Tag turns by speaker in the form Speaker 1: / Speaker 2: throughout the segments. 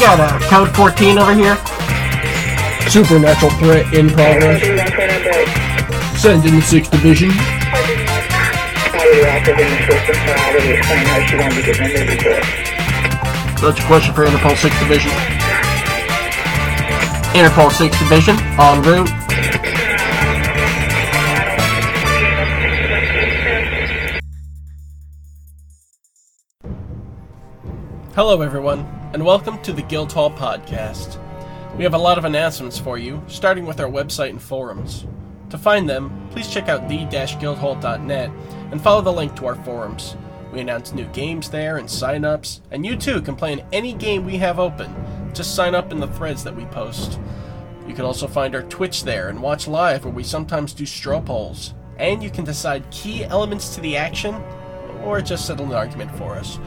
Speaker 1: got uh, code 14 over here.
Speaker 2: Supernatural threat in progress. Send in the 6th Division.
Speaker 1: That's your question for Interpol 6 Division. Interpol 6 Division, en route. Hello, everyone, and welcome to the Guildhall Podcast. We have a lot of announcements for you, starting with our website and forums. To find them, please check out the-guildhall.net and follow the link to our forums. We announce new games there and sign-ups, and you too can play in any game we have open. Just sign up in the threads that we post. You can also find our Twitch there and watch live where we sometimes do straw polls. And you can decide key elements to the action or just settle an argument for us.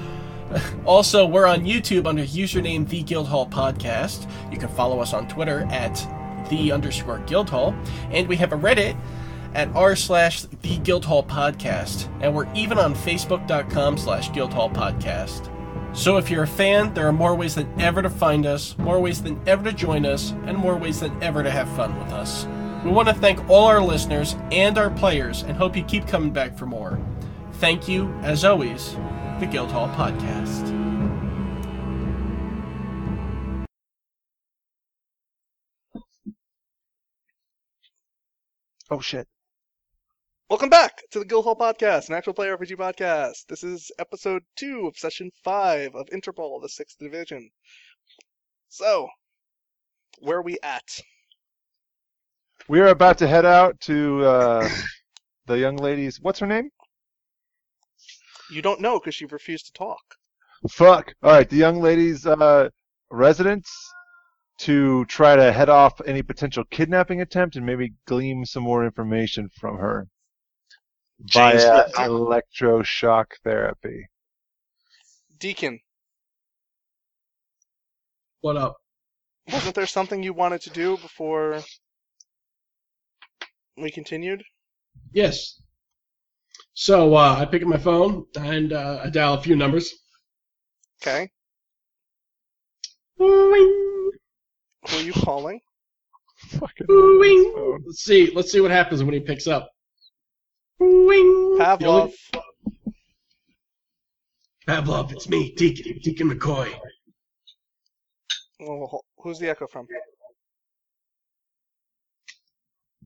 Speaker 1: Also, we're on YouTube under username The Guildhall Podcast. You can follow us on Twitter at The underscore Guildhall. And we have a Reddit at r slash The Guildhall Podcast. And we're even on Facebook.com slash Guildhall Podcast. So if you're a fan, there are more ways than ever to find us, more ways than ever to join us, and more ways than ever to have fun with us. We want to thank all our listeners and our players and hope you keep coming back for more. Thank you, as always, the Guildhall Podcast.
Speaker 3: Oh shit.
Speaker 4: Welcome back to the Guildhall Podcast, an actual play RPG podcast. This is episode two of session five of Interpol, the sixth division. So, where are we at?
Speaker 3: We are about to head out to uh, the young lady's. What's her name?
Speaker 4: You don't know because she refused to talk.
Speaker 3: Fuck. All right, the young lady's uh, residence to try to head off any potential kidnapping attempt and maybe glean some more information from her
Speaker 5: James,
Speaker 3: via
Speaker 5: I-
Speaker 3: electroshock therapy.
Speaker 4: Deacon,
Speaker 2: What up?
Speaker 4: wasn't there something you wanted to do before we continued?
Speaker 2: Yes. So uh, I pick up my phone and uh, I dial a few numbers.
Speaker 4: Okay.
Speaker 2: Wing,
Speaker 4: Who are you calling?
Speaker 3: Fucking
Speaker 2: wing. Let's see. Let's see what happens when he picks up. Wing.
Speaker 4: Pavlov.
Speaker 2: Pavlov, it's me, Deacon, Deacon McCoy.
Speaker 4: Well, ho- Who's the echo from?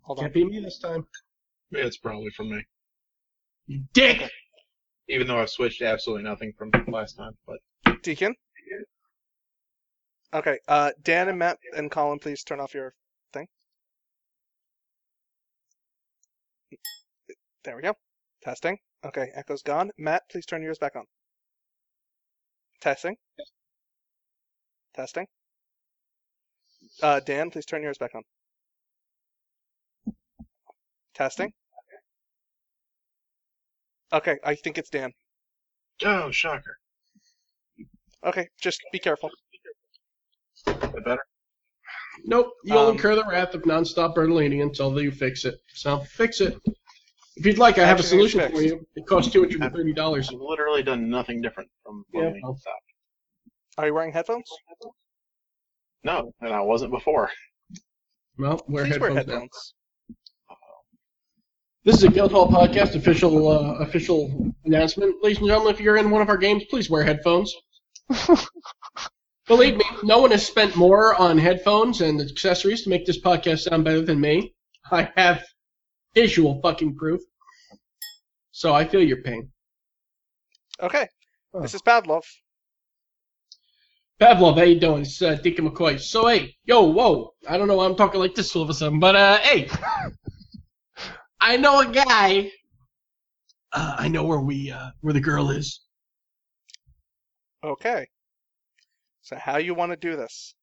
Speaker 4: Hold on.
Speaker 2: Can't be me this time.
Speaker 5: It's probably from me,
Speaker 2: You dick!
Speaker 5: even though I've switched absolutely nothing from last time. But
Speaker 4: Deacon? Okay, uh, Dan and Matt and Colin, please turn off your thing. There we go. Testing. Okay, echo's gone. Matt, please turn yours back on. Testing. Testing. Uh, Dan, please turn yours back on. Testing. Okay, I think it's Dan.
Speaker 5: oh, shocker!
Speaker 4: Okay, just be careful.
Speaker 5: The better.
Speaker 2: Nope, you'll
Speaker 4: Um,
Speaker 2: incur the wrath of nonstop Bertolini until you fix it. So fix it. If you'd like, I have a
Speaker 4: Actually, it's
Speaker 2: solution for
Speaker 4: fixed.
Speaker 2: you. It costs two hundred and thirty dollars.
Speaker 5: I've literally done nothing different from when
Speaker 2: Yeah,
Speaker 5: we
Speaker 2: well.
Speaker 5: stopped.
Speaker 4: Are you wearing headphones?
Speaker 5: No, and I wasn't before.
Speaker 2: Well, wear
Speaker 4: Please wear
Speaker 2: headphones, now.
Speaker 4: headphones.
Speaker 2: This is a Guildhall podcast official uh, official announcement, ladies and gentlemen. If you're in one of our games, please wear headphones. Believe me, no one has spent more on headphones and accessories to make this podcast sound better than me. I have visual fucking proof, so I feel your pain.
Speaker 4: Okay.
Speaker 2: Oh.
Speaker 4: This is Pavlov.
Speaker 2: Pavlov, how you doing? It's uh, Deacon McCoy. So hey, yo, whoa! I don't know why I'm talking like this all of a sudden, but uh, hey, I know a guy. Uh, I know where we uh, where the girl is.
Speaker 4: Okay. So how you want to do this?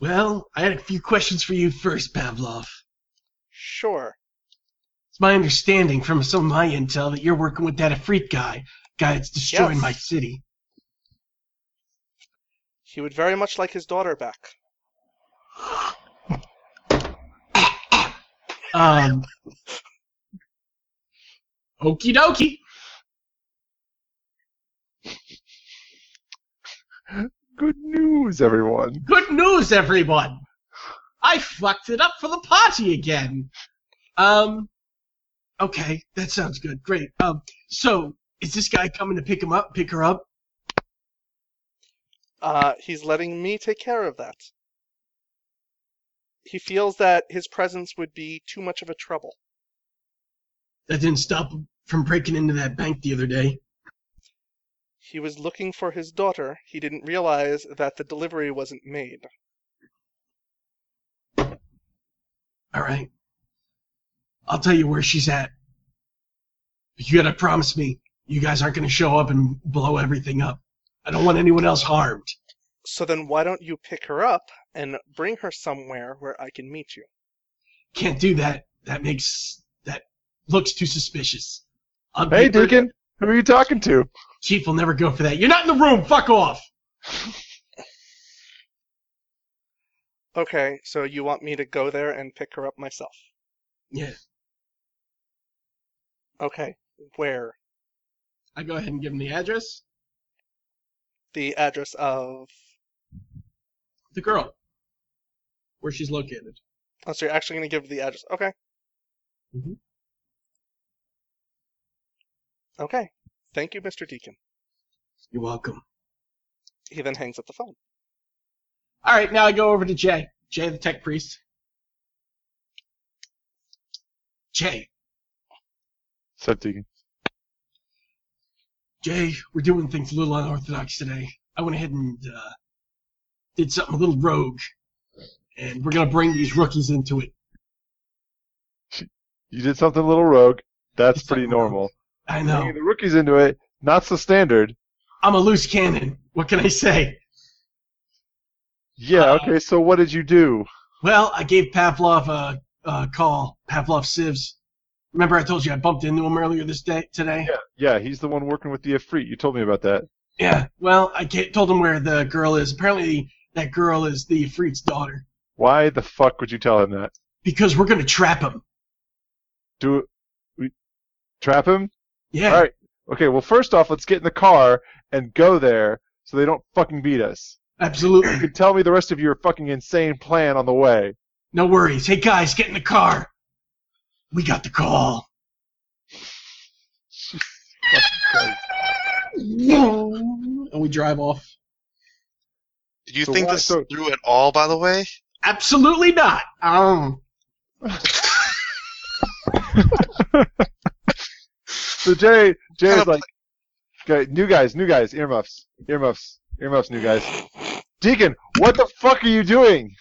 Speaker 2: Well, I had a few questions for you first, Pavlov.
Speaker 4: Sure.
Speaker 2: It's my understanding from some of my intel that you're working with that Afrit guy, guy that's destroying
Speaker 4: Yes.
Speaker 2: my city.
Speaker 4: He would very much like his daughter back.
Speaker 2: Um, okie dokie.
Speaker 3: Good news, everyone.
Speaker 1: Good news, everyone! I fucked it up for the party again. Um, okay, that sounds good. Great. Um, so is this guy coming to pick him up, pick her up?
Speaker 4: Uh, he's letting me take care of that. He feels that his presence would be too much of a trouble.
Speaker 1: That didn't stop him from breaking into that bank the other day.
Speaker 4: He was looking for his daughter. He didn't realize that the delivery wasn't made.
Speaker 1: All right. I'll tell you where she's at. But you gotta promise me you guys aren't gonna show up and blow everything up. I don't want anyone else harmed.
Speaker 4: So then why don't you pick her up and bring her somewhere where I can meet you?
Speaker 1: Can't do that. That makes that looks too suspicious. I'll
Speaker 3: Hey,
Speaker 1: get her-
Speaker 3: Deacon, who are you talking to?
Speaker 1: Chief will never go for that. You're not in the room. Fuck off.
Speaker 4: Okay, so you want me to go there and pick her up myself?
Speaker 1: Yeah.
Speaker 4: Okay, where?
Speaker 1: I go ahead and give him the address.
Speaker 4: The address of.
Speaker 1: The girl. Where she's located.
Speaker 4: Oh, so you're actually going to give the address. Okay.
Speaker 3: Mm-hmm.
Speaker 1: Mhm.
Speaker 4: Okay. Thank you, Mr. Deacon.
Speaker 1: You're welcome.
Speaker 4: He then hangs up the phone.
Speaker 1: All right, now I go over to Jay. Jay, the tech priest. Jay,
Speaker 3: Said Deacon.
Speaker 1: Jay, we're doing things a little unorthodox today. I went ahead and uh, did something a little rogue, and we're gonna bring these rookies into it.
Speaker 3: You did something a little rogue. That's
Speaker 1: Did
Speaker 3: pretty
Speaker 1: something rogue.
Speaker 3: normal.
Speaker 1: I know.
Speaker 3: Bringing The rookies into it, not so standard.
Speaker 1: I'm a loose cannon. What can I say?
Speaker 3: Yeah,
Speaker 1: Uh,
Speaker 3: okay, so what did you do?
Speaker 1: Well, I gave Pavlov a, a call. Pavlov Sivs. Remember, I told you I bumped into him earlier this day today.
Speaker 3: Yeah, yeah, he's the one working with the Efreet. You told me about that.
Speaker 1: Yeah, well, I ca- told him where the girl is. Apparently, that girl is the Ifrit's daughter.
Speaker 3: Why the fuck would you tell him that?
Speaker 1: Because we're gonna trap him.
Speaker 3: Do we trap him?
Speaker 1: Yeah.
Speaker 3: All right. Okay, well, first off, let's get in the car and go there so they don't fucking beat us. You
Speaker 1: Absolutely.
Speaker 3: can tell me the rest of your fucking insane plan on the way.
Speaker 1: No worries. Hey guys, get in the car. We got the call. and we drive off.
Speaker 6: Did you
Speaker 3: So
Speaker 6: think
Speaker 3: why-
Speaker 6: this
Speaker 3: so-
Speaker 6: through at all, by the way?
Speaker 1: Absolutely not. Um,
Speaker 3: So Jay, Jay
Speaker 6: Kinda
Speaker 3: is like, okay, new guys, new guys, earmuffs, earmuffs, earmuffs, new guys. Deacon, what the fuck are you doing?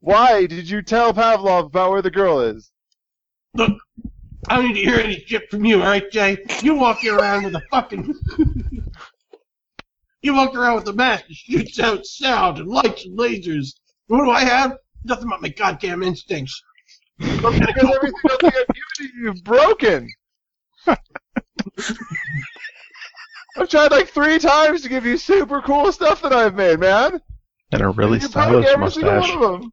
Speaker 3: Why did you tell Pavlov about where the girl is?
Speaker 1: I don't need to hear any shit from you, all right, Jay? You walk around with a fucking. you walk around with a mask that shoots out sound and lights and lasers. What do I have? Nothing but my goddamn instincts.
Speaker 3: Because everything else I've given to you, you've broken. I've tried like three times to give you super cool stuff that I've made, man.
Speaker 7: And a really
Speaker 3: you broke
Speaker 7: stylish
Speaker 3: every
Speaker 7: mustache.
Speaker 3: single one of them.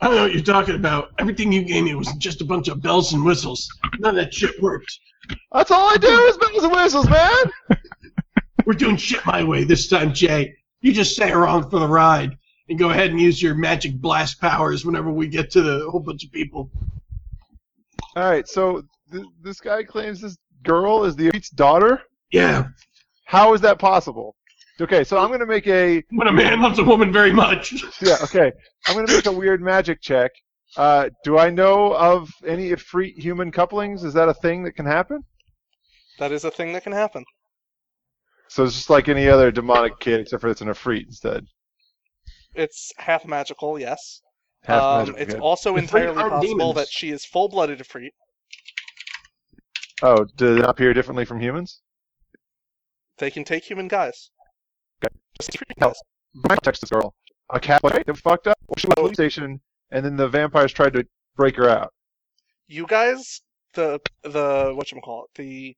Speaker 1: I don't know what you're talking about. Everything you gave me was just a bunch of bells and whistles. None of that shit worked.
Speaker 3: That's all I do is bells and whistles, man.
Speaker 1: We're doing shit my way this time, Jay. You just stay around for the ride and go ahead and use your magic blast powers whenever we get to the whole bunch of people.
Speaker 3: All right, so th- this guy claims this girl is the elite's daughter.
Speaker 1: Yeah,
Speaker 3: How is that possible? Okay, so I'm gonna make a
Speaker 1: when a man loves a woman very much.
Speaker 3: yeah. Okay, I'm gonna make a weird magic check. Uh, do I know of any Ifrit human couplings? Is that a thing that can happen?
Speaker 4: That is a thing that can happen.
Speaker 3: So it's just like any other demonic kid, except for it's an Ifrit instead.
Speaker 4: It's half magical, yes.
Speaker 3: Half
Speaker 4: um,
Speaker 3: magical
Speaker 4: it's
Speaker 3: kid.
Speaker 4: also
Speaker 1: It's very
Speaker 4: entirely
Speaker 1: hard
Speaker 4: possible
Speaker 1: demons.
Speaker 4: that she is full-blooded Ifrit.
Speaker 3: Oh, do they not appear differently from humans?
Speaker 4: They can take human guys. Just Ifrit
Speaker 3: No.
Speaker 4: guys.
Speaker 3: My text this girl. A cat right? They fucked up. She went to the police station, and then the vampires tried to break her out.
Speaker 4: You guys, the the what call it, the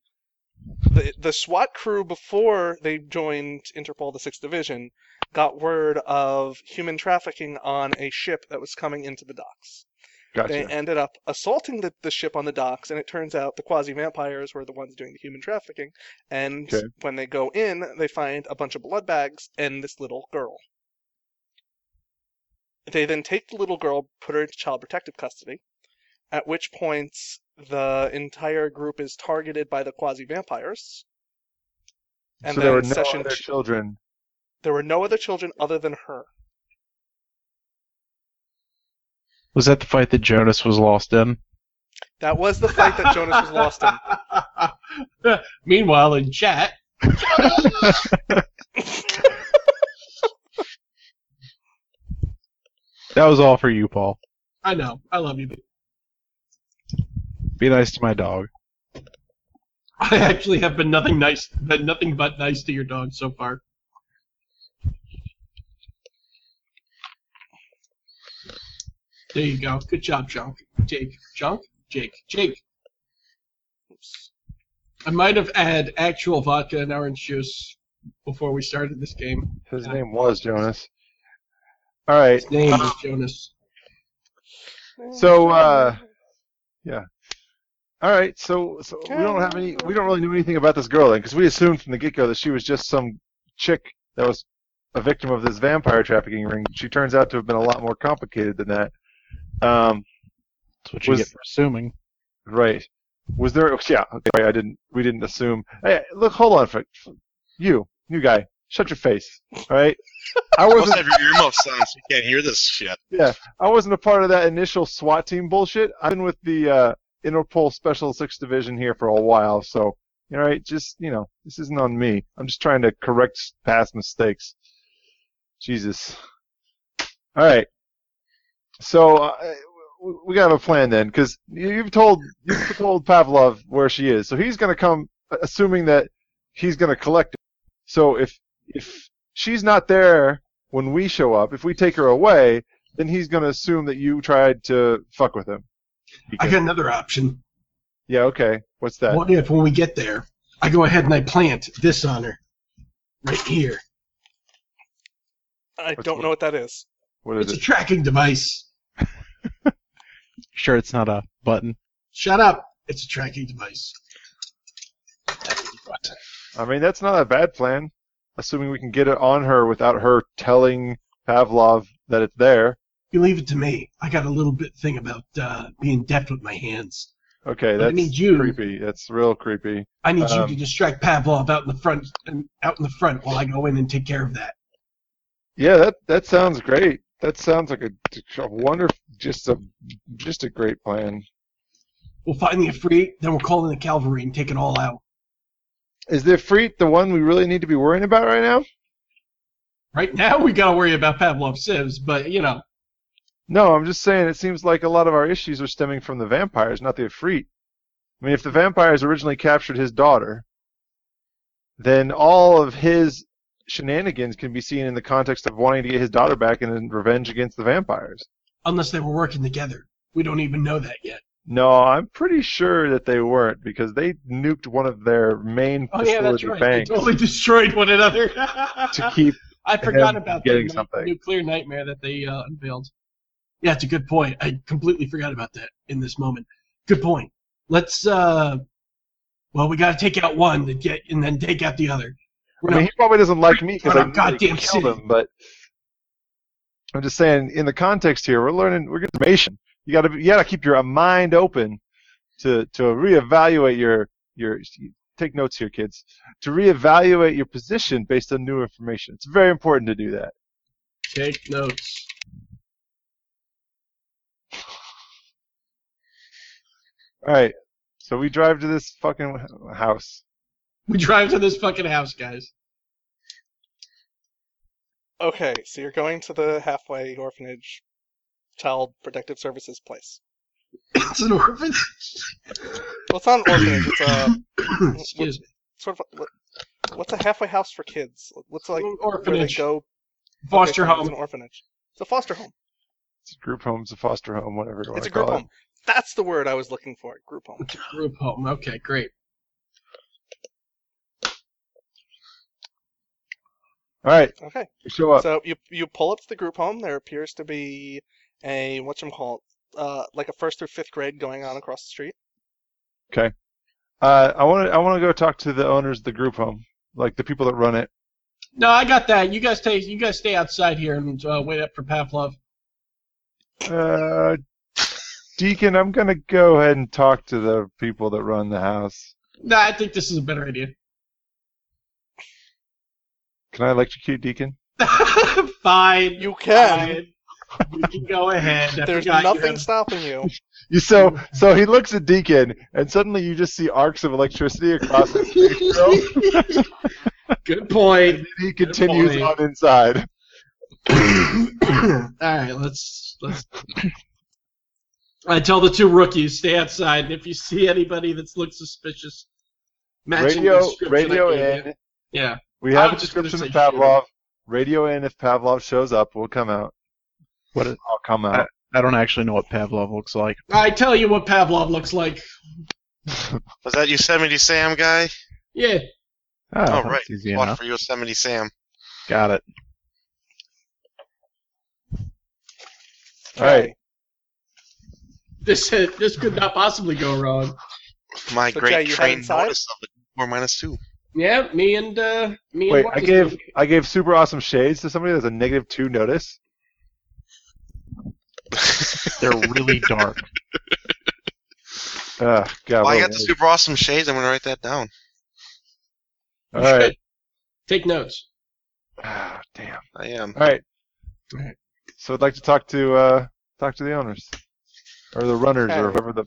Speaker 4: the the SWAT crew before they joined Interpol, the Sixth Division, got word of human trafficking on a ship that was coming into the docks.
Speaker 3: Gotcha.
Speaker 4: They ended up assaulting the, the ship on the docks, and it turns out the quasi vampires were the ones doing the human trafficking. And
Speaker 3: Okay.
Speaker 4: when they go in, they find a bunch of blood bags and this little girl. They then take the little girl, put her into child protective custody, at which point the entire group is targeted by the quasi vampires. And
Speaker 3: so there
Speaker 4: then
Speaker 3: were no
Speaker 4: session
Speaker 3: other
Speaker 4: two-
Speaker 3: children.
Speaker 4: There were no other children other than her.
Speaker 5: Was that the fight that Jonas was lost in?
Speaker 4: That was the fight that Jonas was lost in.
Speaker 2: in. Meanwhile, in chat,
Speaker 5: That was all for you, Paul.
Speaker 2: I know. I love you.
Speaker 5: Be nice to my dog.
Speaker 2: I actually have been nothing nice, been nothing but nice to your dog so far. There you go. Good job, Junk. Jake. Junk? Jake. Jake. Oops. I might have had actual vodka and orange juice before we started this game.
Speaker 3: His name was Jonas. All right.
Speaker 2: His name is Jonas.
Speaker 3: So, uh, All right. So, so we don't have any. We don't really know anything about this girl then, because we assumed from the get go that she was just some chick that was a victim of this vampire trafficking ring. She turns out to have been a lot more complicated than that. Um,
Speaker 5: That's what you
Speaker 3: Was-
Speaker 5: get for assuming.
Speaker 3: Right. Was there? oh, Yeah. Okay. Right. I didn't. We didn't assume. Hey, look. Hold on. For, for- you, new guy. Shut your face. All right. I
Speaker 6: Must
Speaker 3: wasn't.
Speaker 6: have your earmuffs on so you can't hear this shit.
Speaker 3: I wasn't a part of that initial SWAT team bullshit. I've been with the uh, Interpol Special Six Division here for a while, so all right. Just you know, this isn't on me. I'm just trying to correct past mistakes. Jesus. All right. So uh, w- we got a plan then, because you've told you've told Pavlov where she is, so he's gonna come, assuming that he's gonna collect it. So if if she's not there when we show up, if we take her away, then he's gonna assume that you tried to fuck with him.
Speaker 2: I got another option.
Speaker 3: yeah. Okay. What's that?
Speaker 2: What if when we get there, I go ahead and I plant this on her? Right here.
Speaker 4: I
Speaker 3: What's
Speaker 4: don't
Speaker 3: the-
Speaker 4: know what that is.
Speaker 3: What
Speaker 2: It's
Speaker 3: is
Speaker 2: a
Speaker 3: it?
Speaker 2: tracking device.
Speaker 5: Sure, it's not a button.
Speaker 2: Shut up. It's a tracking device. That's what you want.
Speaker 3: I mean, that's not a bad plan, assuming we can get it on her without her telling Pavlov that it's there.
Speaker 2: You leave it to me. I got a little bit thing about uh, being deft with my hands.
Speaker 3: Okay.
Speaker 2: But I
Speaker 3: That's
Speaker 2: need you.
Speaker 3: creepy. That's real creepy.
Speaker 2: I need
Speaker 3: Um,
Speaker 2: you to distract Pavlov out in the front, and out in the front, while I go in and take care of that.
Speaker 3: Yeah, that that sounds great. That sounds like a, a wonderful, just a just a great plan.
Speaker 2: We'll finally get free. Then we'll call in the cavalry and take it all out.
Speaker 3: Is the Ifrit the one we really need to be worrying about right now?
Speaker 2: Right now, we gotta worry about Pavlov sieves, but you know,
Speaker 3: No, I'm just saying it seems like a lot of our issues are stemming from the vampires, not the Ifrit. I mean, if the vampires originally captured his daughter, then all of his shenanigans can be seen in the context of wanting to get his daughter back and in revenge against the vampires.
Speaker 2: unless they were working together, we don't even know that yet.
Speaker 3: No, I'm pretty sure that they weren't because they nuked one of their main
Speaker 2: Oh yeah, that's
Speaker 3: facility
Speaker 2: right.
Speaker 3: banks
Speaker 2: They totally destroyed one another.
Speaker 3: to keep
Speaker 2: I forgot about the
Speaker 3: getting
Speaker 2: night-
Speaker 3: something.
Speaker 2: nuclear nightmare that they uh, unveiled. Yeah, it's a good point. I completely forgot about that in this moment. Good point. Let's. uh Well, we got to take out one to get, and then take out the other. We're
Speaker 3: I mean,
Speaker 2: not-
Speaker 3: he probably doesn't like me because
Speaker 2: We're
Speaker 3: I
Speaker 2: not
Speaker 3: really
Speaker 2: goddamn
Speaker 3: killed
Speaker 2: city.
Speaker 3: him. But I'm just saying, in the context here, we're learning. We're getting information. You gotta, be- you gotta keep your mind open to to reevaluate your your. Take notes here, kids. To reevaluate your position based on new information. It's very important to do that.
Speaker 2: take notes.
Speaker 3: All right. So we drive to this fucking house.
Speaker 2: We drive to this fucking house, guys.
Speaker 4: Okay, so you're going to the halfway orphanage child protective services place.
Speaker 2: It's an orphan.
Speaker 4: Well, it's not an orphanage, it's a
Speaker 2: Excuse me.
Speaker 4: sort of. what- What's a halfway house for kids? What's like where they
Speaker 2: orphanage.
Speaker 4: go?
Speaker 2: Foster
Speaker 4: okay, fine, It's
Speaker 2: home.
Speaker 4: an orphanage. It's a foster home.
Speaker 3: It's a group home. It's a foster home. Whatever you want
Speaker 4: It's
Speaker 3: to
Speaker 4: a group
Speaker 3: call
Speaker 4: home. That's the word I was looking for. Group home.
Speaker 2: Group home. Okay, great.
Speaker 3: it. All right.
Speaker 4: Okay.
Speaker 3: We show up.
Speaker 4: So you you pull up to the group home. There appears to be a whatchamacallit uh, like a first through fifth grade going on across the street.
Speaker 3: Uh, I want to I want to go talk to the owners of the group home, like the people that run it.
Speaker 2: No, I got that. You guys stay. You guys stay outside here and uh, wait up for Pavlov.
Speaker 3: Uh, Deacon, I'm gonna go ahead and talk to the people that run the house.
Speaker 2: Nah, I think this is a better idea.
Speaker 3: Can I electrocute Deacon?
Speaker 2: fine,
Speaker 4: You can.
Speaker 2: fine. You can go ahead. I
Speaker 4: There's
Speaker 2: forgot you
Speaker 4: nothing
Speaker 2: had-
Speaker 4: stopping you.
Speaker 3: You so so he looks at Deacon, and suddenly you just see arcs of electricity across his face. bro.
Speaker 2: Good point.
Speaker 3: he continues
Speaker 2: boy.
Speaker 3: on inside.
Speaker 2: All right, let's let's. I tell the two rookies stay outside, and if you see anybody that looks suspicious, matching the
Speaker 3: Radio
Speaker 2: description I
Speaker 3: radio
Speaker 2: gave you.
Speaker 3: in.
Speaker 2: Yeah.
Speaker 3: We
Speaker 2: I
Speaker 3: have a
Speaker 2: was just gonna
Speaker 3: description of
Speaker 2: say shoot him.
Speaker 3: Pavlov. Radio in if Pavlov shows up, we'll come out.
Speaker 5: What is-
Speaker 3: I'll come out.
Speaker 5: I don't actually know what Pavlov looks like.
Speaker 2: I tell you what Pavlov looks like.
Speaker 6: Was that Yosemite Sam guy?
Speaker 2: Yeah.
Speaker 5: Oh,
Speaker 6: Oh,
Speaker 5: that's
Speaker 6: right.
Speaker 5: easy
Speaker 6: One
Speaker 5: enough.
Speaker 6: for Yosemite Sam.
Speaker 5: Got it.
Speaker 3: All right.
Speaker 2: This this could not possibly go wrong.
Speaker 6: My
Speaker 4: So,
Speaker 6: great
Speaker 4: Jay, you head
Speaker 6: trained
Speaker 4: inside?
Speaker 6: notice of the or minus two.
Speaker 2: Yeah, me and uh, me
Speaker 3: Wait,
Speaker 2: and
Speaker 3: I
Speaker 2: Marcus-
Speaker 3: gave I gave super awesome shades to somebody that's a negative two notice.
Speaker 5: They're really dark.
Speaker 3: Uh, God,
Speaker 6: well,
Speaker 3: what
Speaker 6: I got
Speaker 3: a
Speaker 6: the
Speaker 3: waste.
Speaker 6: super awesome shades. I'm gonna write that down.
Speaker 3: All right.
Speaker 2: Take notes.
Speaker 3: Ah, damn.
Speaker 6: I am.
Speaker 3: All right.
Speaker 2: Alright.
Speaker 3: So I'd like to talk to uh, talk to the owners, or the runners, or
Speaker 4: Okay.
Speaker 3: whoever the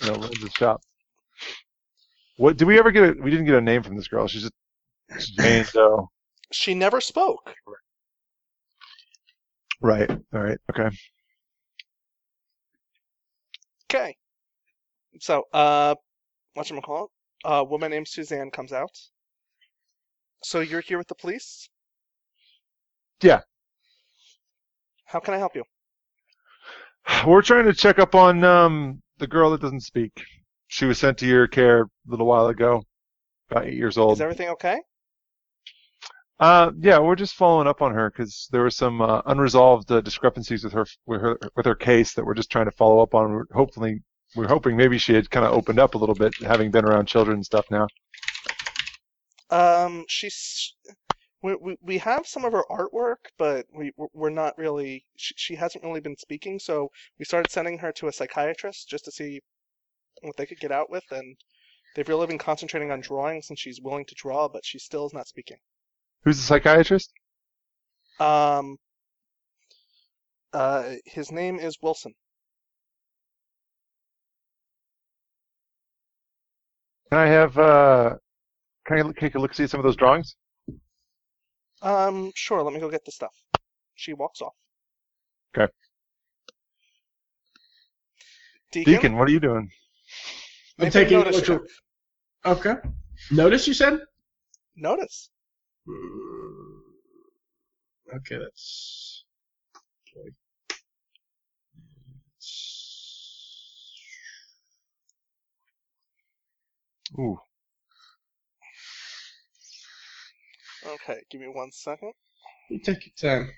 Speaker 3: you know runs the shop. What did we ever get? A, we didn't get a name from this girl. She's just she's Jane Doe.
Speaker 4: She never spoke.
Speaker 3: Right. All right. Okay.
Speaker 4: Okay. So, uh, whatchamacallit? A woman named Suzanne comes out. So you're here with the police?
Speaker 3: Yeah.
Speaker 4: How can I help you?
Speaker 3: We're trying to check up on um, the girl that doesn't speak. She was sent to your care a little while ago, about eight years old.
Speaker 4: Is everything okay?
Speaker 3: Uh, yeah, we're just following up on her because there were some uh, unresolved uh, discrepancies with her with her with her case that we're just trying to follow up on. We're hopefully, we're hoping maybe she had kind of opened up a little bit, having been around children and stuff now.
Speaker 4: Um, she's we we, we have some of her artwork, but we we're- we're not really. She, she hasn't really been speaking, so we started sending her to a psychiatrist just to see what they could get out with, and they've really been concentrating on drawing since she's willing to draw, but she still is not speaking.
Speaker 3: Who's the psychiatrist?
Speaker 4: Um, uh, his name is Wilson.
Speaker 3: Can I have uh, can I look- take a look see some of those drawings?
Speaker 4: Um, sure, let me go get the stuff. She walks off.
Speaker 3: 'Kay.
Speaker 4: Deacon,
Speaker 3: Deacon, what are you doing?
Speaker 2: I'm
Speaker 4: They've
Speaker 2: taking
Speaker 4: noticed
Speaker 2: notes. Okay. Notice you said.
Speaker 4: notice.
Speaker 2: Hmm. Okay, that's. okay.
Speaker 3: Ooh,
Speaker 4: Okay, give me one second.
Speaker 2: You take your time.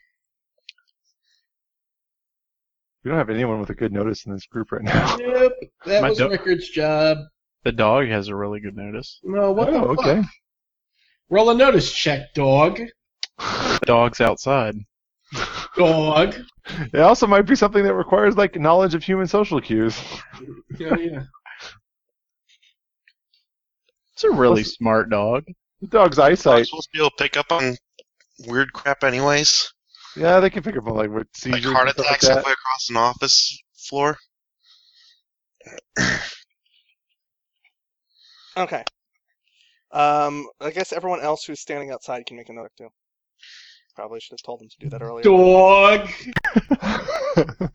Speaker 3: we don't have anyone with a good notice in this group right now.
Speaker 2: Yep, that
Speaker 5: My
Speaker 2: was
Speaker 5: do-
Speaker 2: Rickard's job.
Speaker 5: The dog has a really good notice.
Speaker 2: No, what the
Speaker 3: oh,
Speaker 2: fuck?
Speaker 3: okay.
Speaker 2: Roll a notice check, dog.
Speaker 5: Dog's outside.
Speaker 2: Dog.
Speaker 3: It also might be something that requires like knowledge of human social cues.
Speaker 2: Yeah, yeah.
Speaker 5: It's a really
Speaker 3: What's-
Speaker 5: smart dog.
Speaker 3: The dog's
Speaker 6: I'm
Speaker 3: eyesight.
Speaker 6: supposed to be able to pick up on weird crap, anyways.
Speaker 3: Yeah, they can pick up on like what
Speaker 6: Like
Speaker 3: seizures.
Speaker 6: heart
Speaker 3: and stuff like
Speaker 6: attacks
Speaker 3: that.
Speaker 6: halfway across an office floor.
Speaker 4: Okay. Um, I guess everyone else who's standing outside can make another too. Probably should have told them to do that earlier.
Speaker 2: Dog.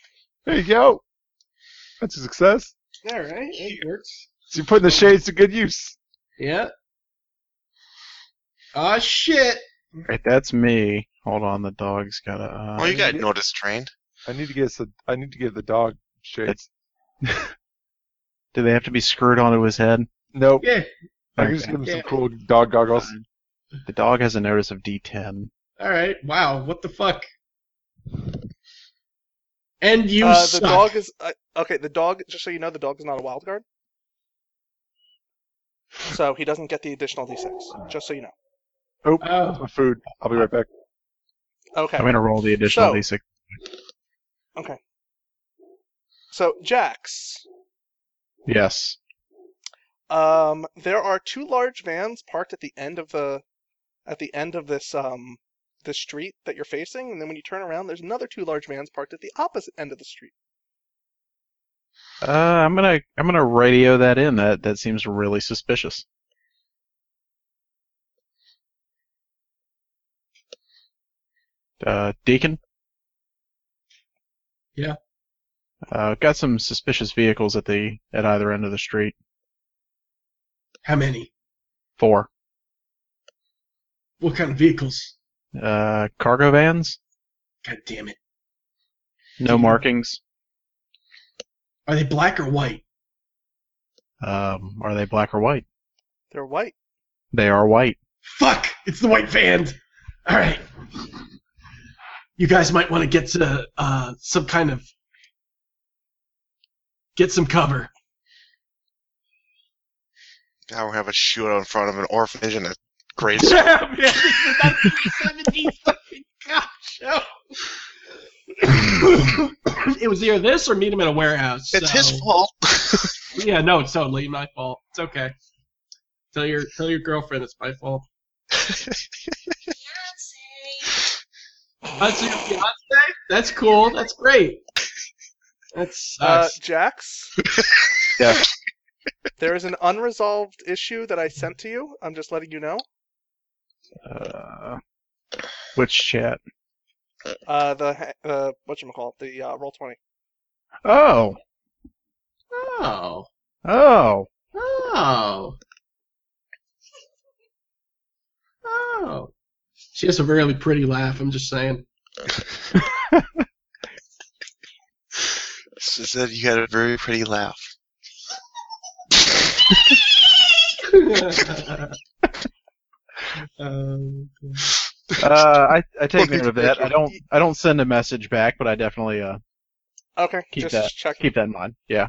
Speaker 3: there you go. That's a success.
Speaker 2: All right, it works.
Speaker 3: So you're putting the shades to good use.
Speaker 2: Yeah. Ah, shit.
Speaker 5: Right, that's me. Hold on, the dog's gotta. Uh,
Speaker 6: Oh, you got
Speaker 3: yeah.
Speaker 6: notice trained.
Speaker 3: I need to get the I need to give the dog shades.
Speaker 5: Do they have to be screwed onto his head?
Speaker 3: Nope.
Speaker 2: Yeah.
Speaker 3: I can just give him some
Speaker 2: Yeah.
Speaker 3: cool dog goggles.
Speaker 5: Fine. The dog has a notice of D10.
Speaker 2: All right. Wow. What the fuck? And you
Speaker 4: uh, the
Speaker 2: suck.
Speaker 4: dog is uh, okay. The dog, just so you know, the dog is not a wild card, so he doesn't get the additional d6. Just so you know.
Speaker 2: Oh,
Speaker 3: My food. I'll be right back.
Speaker 4: Okay.
Speaker 5: I'm gonna roll the additional
Speaker 4: So-
Speaker 5: d6.
Speaker 4: So Jax,
Speaker 5: Yes.
Speaker 4: um, there are two large vans parked at the end of the, at the end of this um, the street that you're facing, and then when you turn around, there's another two large vans parked at the opposite end of the street.
Speaker 5: Uh, I'm gonna I'm gonna radio that in. That that seems really suspicious. Uh, Deacon.
Speaker 2: Yeah?
Speaker 5: Uh, got some suspicious vehicles at the at either end of the street.
Speaker 2: how many?
Speaker 5: Four.
Speaker 2: What kind of vehicles?
Speaker 5: Uh, cargo vans.
Speaker 2: God damn it.
Speaker 5: No markings.
Speaker 2: Are they black or white?
Speaker 5: Um, are they black or white?
Speaker 4: They're white.
Speaker 5: They are white.
Speaker 2: Fuck! It's the white van. All right. You guys might want to get to uh, some kind of get some cover.
Speaker 6: God, we're gonna have a shootout in front of an orphanage and a grade school.
Speaker 2: Yeah, man, this is not the 70s fucking cop show. it was either this or meet him at a warehouse.
Speaker 6: It's
Speaker 2: so-
Speaker 6: his fault.
Speaker 2: Yeah, no, it's totally my fault. It's okay. Tell your tell your girlfriend it's my fault. That's your fiance? That's cool. That's great. That
Speaker 4: Uh,
Speaker 2: sucks.
Speaker 4: Jax.
Speaker 5: Yeah.
Speaker 4: There is an unresolved issue that I sent to you. I'm just letting you know.
Speaker 5: Uh, which chat?
Speaker 4: Uh, the ha- uh, what you call the uh, roll twenty.
Speaker 5: Oh,
Speaker 2: oh.
Speaker 5: oh.
Speaker 2: Oh. Oh. She has a really pretty laugh, I'm just saying.
Speaker 6: She said you had a very pretty laugh.
Speaker 2: um,
Speaker 5: Uh, I I take
Speaker 6: Well,
Speaker 5: note of that. I don't I don't send a message back, but I definitely uh
Speaker 4: Okay,
Speaker 5: Keep
Speaker 4: just
Speaker 5: that.
Speaker 4: check.
Speaker 5: keep that in mind. Yeah,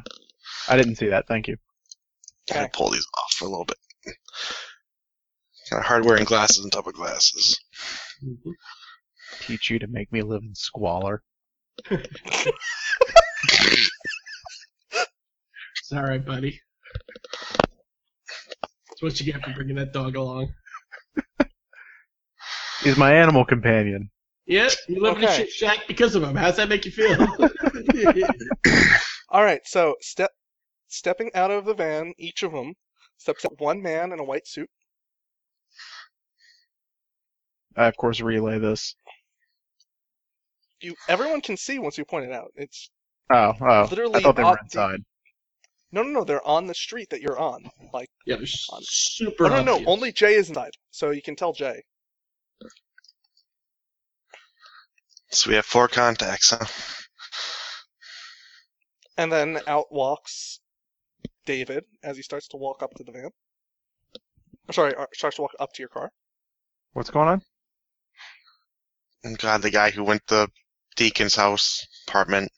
Speaker 5: I didn't see that. Thank you.
Speaker 6: Gotta
Speaker 4: Okay.
Speaker 6: pull these off for a little bit. Kind of hard wearing glasses on top of glasses.
Speaker 5: Teach you to make me live in squalor.
Speaker 2: it's all right, buddy. That's what you get for bringing that dog along.
Speaker 5: He's my animal companion.
Speaker 2: Yeah, you live in a
Speaker 4: Okay.
Speaker 2: shit shack because of him. How's that make you feel?
Speaker 4: All right, so step stepping out of the van, each of them steps out one man in a white suit.
Speaker 5: I of course relay this.
Speaker 4: You everyone can see once you point it out. It's
Speaker 5: Oh oh.
Speaker 4: literally
Speaker 5: I thought they
Speaker 4: on
Speaker 5: were
Speaker 4: the-
Speaker 5: inside.
Speaker 4: no, no, no. They're on the street that you're on. Like,
Speaker 2: yeah, they're s-
Speaker 4: On-
Speaker 2: super.
Speaker 4: oh, no, no.
Speaker 2: obvious.
Speaker 4: Only Jay is inside, so you can tell Jay.
Speaker 6: So we have four contacts, huh?
Speaker 4: And then out walks David as he starts to walk up to the van. I'm sorry, uh, starts to walk up to your car.
Speaker 3: What's going on?
Speaker 6: Oh, God, the guy who went to Deacon's house apartment.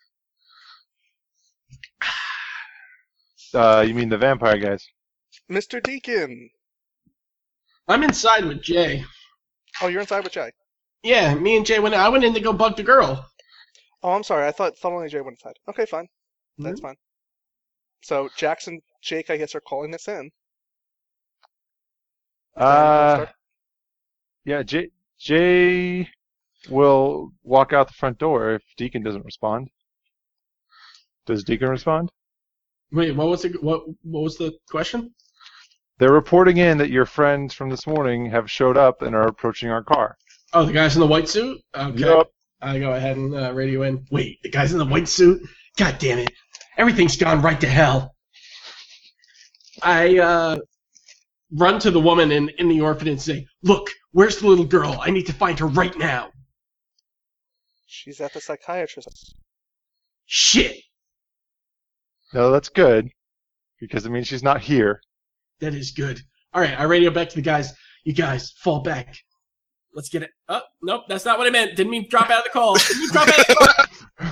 Speaker 3: Uh, you mean the vampire guys?
Speaker 4: Mr. Deacon.
Speaker 2: I'm inside with Jay.
Speaker 4: Oh, you're inside with Jay.
Speaker 2: Yeah, me and Jay went. I went in to go bug the girl.
Speaker 4: Oh, I'm sorry. I thought thought only Jay went inside. Okay, fine. That's fine. So Jackson, Jake, I guess are calling this in.
Speaker 3: Uh, yeah. Jay, Jay will walk out the front door if Deacon doesn't respond. Does Deacon respond?
Speaker 2: Wait, what was the what? What was the question?
Speaker 3: They're reporting in that your friends from this morning have showed up and are approaching our car.
Speaker 2: Oh, the guys in the white suit. Okay.
Speaker 3: Yup.
Speaker 2: I go ahead and uh, radio in. Wait, the guy's in the white suit? God damn it. Everything's gone right to hell. I uh, run to the woman in, in the orphanage and say, Look, where's the little girl? I need to find her right now.
Speaker 4: She's at the psychiatrist's.
Speaker 2: Shit.
Speaker 3: No, that's good because it means she's not here.
Speaker 2: That is good. All right, I radio back to the guys. You guys, fall back. Let's get it. Oh, nope, that's not what I meant. Didn't mean drop out of the call. Didn't mean drop out of the call.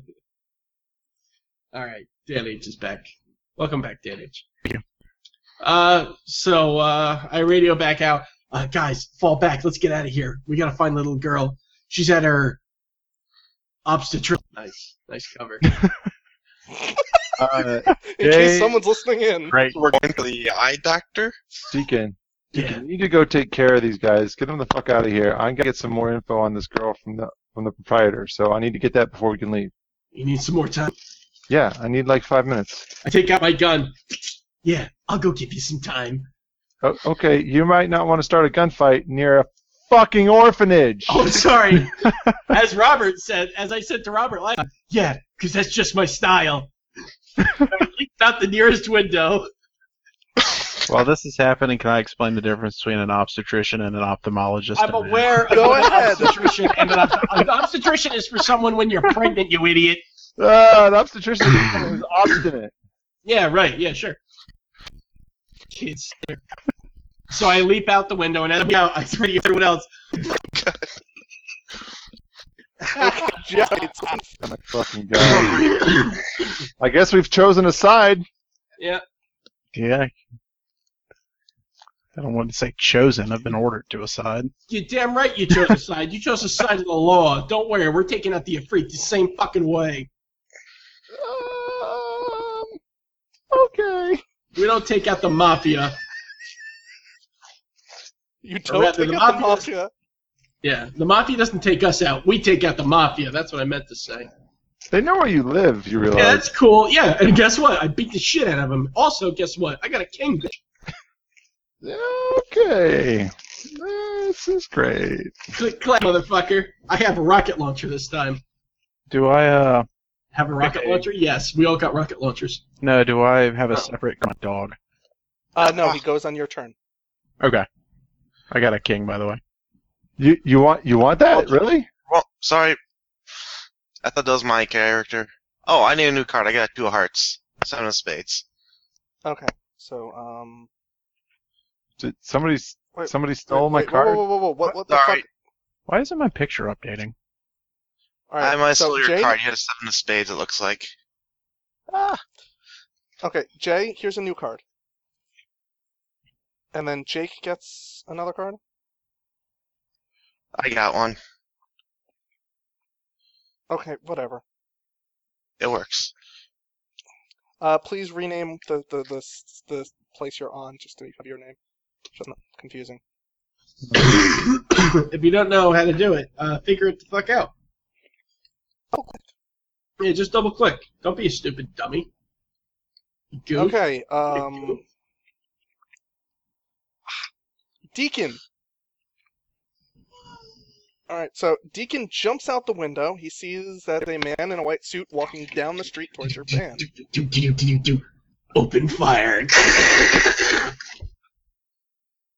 Speaker 2: All right, Dan H is back. Welcome back, Dan H.
Speaker 5: Thank you.
Speaker 2: Uh, so uh, I radio back out. Uh, guys, fall back. Let's get out of here. We gotta find the little girl. She's at her obstetric. Nice, nice cover.
Speaker 3: Uh,
Speaker 4: In case
Speaker 3: Yay.
Speaker 4: someone's listening in.
Speaker 5: Right.
Speaker 6: We're going to the eye doctor.
Speaker 3: Deacon,
Speaker 2: yeah.
Speaker 3: you need to go take care of these guys. Get them the fuck out of here. I'm gonna get some more info on this girl from the from the proprietor, so I need to get that before we can leave.
Speaker 2: You need some more time.
Speaker 3: Yeah, I need like five minutes.
Speaker 2: I take out my gun. Yeah, I'll go give you some time.
Speaker 3: O- Oh, okay, you might not want to start a gunfight near a fucking orphanage.
Speaker 2: Oh, sorry. as Robert said, as I said to Robert last time, yeah, because that's just my style. I leaped out the nearest window.
Speaker 5: While this is happening, can I explain the difference between an obstetrician and an ophthalmologist?
Speaker 2: I'm aware of
Speaker 4: Go
Speaker 2: what an
Speaker 4: ahead.
Speaker 2: obstetrician and an, obst- an obstetrician is for someone when you're pregnant, you idiot.
Speaker 3: Ah, the obstetrician is obstinate.
Speaker 2: Yeah, right. Yeah, sure. Kids. So I leap out the window and as I'm out, I throw to everyone else.
Speaker 4: Yeah, it's
Speaker 3: Oh my fucking god. I guess we've chosen a side.
Speaker 5: Yeah. I don't want to say chosen. I've been ordered to a side.
Speaker 2: You're damn right you chose a side. You chose a side of the law. Don't worry, we're taking out the Afrit the same fucking way.
Speaker 3: Um, okay.
Speaker 2: We don't take out the mafia.
Speaker 4: You
Speaker 2: rather,
Speaker 4: don't
Speaker 2: the
Speaker 4: think it's the
Speaker 2: mafia-
Speaker 4: mafia.
Speaker 2: Yeah, the mafia doesn't take us out. We take out the mafia. That's what I meant to say.
Speaker 3: They know where you live, you realize.
Speaker 2: Yeah, that's cool. Yeah, and guess what? I beat the shit out of him. Also, guess what? I got a king. bitch.
Speaker 3: Okay. This is great.
Speaker 2: Click, clack, motherfucker. I have a rocket launcher this time.
Speaker 5: Do I uh
Speaker 2: Have a rocket
Speaker 5: Okay.
Speaker 2: launcher? Yes, we all got rocket launchers.
Speaker 5: no, do I have a separate my dog?
Speaker 4: Uh, no,
Speaker 6: Ah.
Speaker 4: he goes on your turn.
Speaker 5: Okay. I got a king by the way.
Speaker 3: You you want you want that? Really?
Speaker 6: Well, sorry. I thought that was my character. Oh, I need a new card. I got two of hearts, seven of spades.
Speaker 4: Okay, so um.
Speaker 3: Did somebody s-
Speaker 4: Wait,
Speaker 3: somebody stole
Speaker 4: wait,
Speaker 3: Oh, my
Speaker 4: wait,
Speaker 3: card?
Speaker 4: Whoa, whoa, whoa, whoa! What, what the
Speaker 6: Sorry.
Speaker 4: fuck?
Speaker 5: Why isn't my picture updating?
Speaker 4: All right,
Speaker 6: I might
Speaker 4: so
Speaker 6: stole your
Speaker 4: Jay,
Speaker 6: card. You had a seven of spades. It looks like.
Speaker 4: Okay, Jay, here's a new card. And then Jake gets another card.
Speaker 6: I got one.
Speaker 4: Okay, whatever.
Speaker 6: It works.
Speaker 4: Uh, please rename the the the, s- the place you're on just to have your name. Just not confusing.
Speaker 2: if you don't know how to do it, uh, figure it the fuck out.
Speaker 4: Double click.
Speaker 2: Yeah, just double click. Don't be a stupid dummy. Goof.
Speaker 4: Okay. Um. Deacon. All right. So Deacon jumps out the window. He sees that a man in a white suit walking down the street towards your van.
Speaker 2: Do, do, do, do, do. Open fire.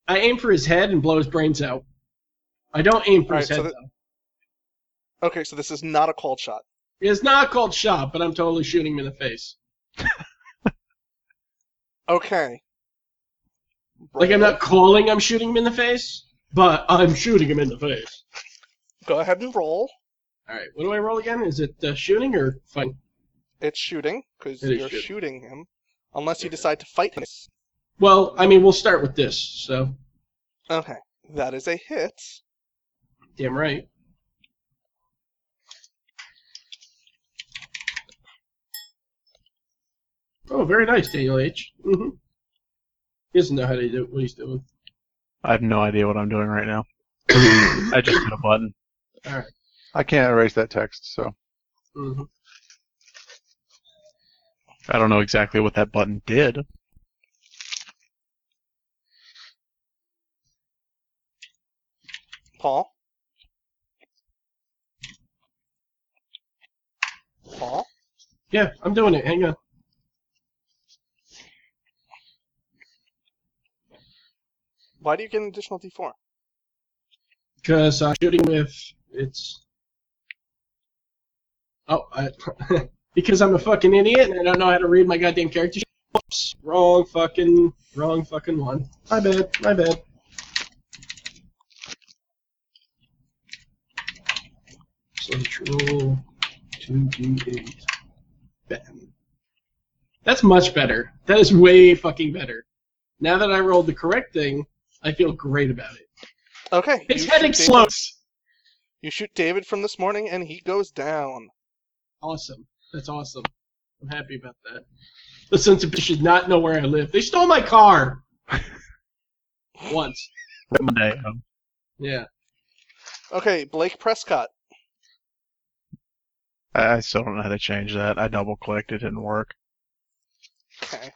Speaker 2: I aim for his head and blow his brains out. I don't aim for his
Speaker 4: Alright,
Speaker 2: head,
Speaker 4: so
Speaker 2: though.
Speaker 4: Okay. So this is not a cold shot.
Speaker 2: It's not called shot, but I'm totally shooting him in the face.
Speaker 4: Okay.
Speaker 2: Like, I'm not calling I'm shooting him in the face, but I'm shooting him in the face.
Speaker 4: Go ahead and roll.
Speaker 2: Alright, what do I roll again? Is it uh, shooting or fight?
Speaker 4: It's shooting because
Speaker 2: It is
Speaker 4: you're
Speaker 2: shooting.
Speaker 4: shooting him, unless you decide to fight him.
Speaker 2: Well, I mean, we'll start with this, so.
Speaker 4: Okay. That is a hit.
Speaker 2: Damn right. Oh, very nice, Daniel H. hmm He doesn't know how to do what he's doing.
Speaker 5: I have no idea what I'm doing right now.
Speaker 2: Mm-hmm.
Speaker 5: I just hit a button.
Speaker 3: I can't erase that text, so
Speaker 2: hmm
Speaker 5: I don't know exactly what that button did.
Speaker 4: Paul. Paul.
Speaker 2: Yeah, I'm doing it. Hang on.
Speaker 4: Why do you get an additional D4?
Speaker 2: Because I'm shooting with. It's. Oh, I. because I'm a fucking idiot and I don't know how to read my goddamn character. sheet. Whoops. Wrong fucking. Wrong fucking one. My bad. My bad. Let's roll 2d8. Bam. That's much better. That is way fucking better. Now that I rolled the correct thing, I feel great about it.
Speaker 4: Okay.
Speaker 2: His
Speaker 4: you shoot
Speaker 2: head
Speaker 4: David,
Speaker 2: explodes.
Speaker 4: you shoot David from this morning, and he goes down.
Speaker 2: Awesome. That's awesome. I'm happy about that. The sons of bitches should not know where I live. They stole my car. Once.
Speaker 5: Monday.
Speaker 2: Yeah.
Speaker 4: Okay, Blake Prescott.
Speaker 5: I I still don't know how to change that. I double clicked. It didn't work.
Speaker 4: Okay.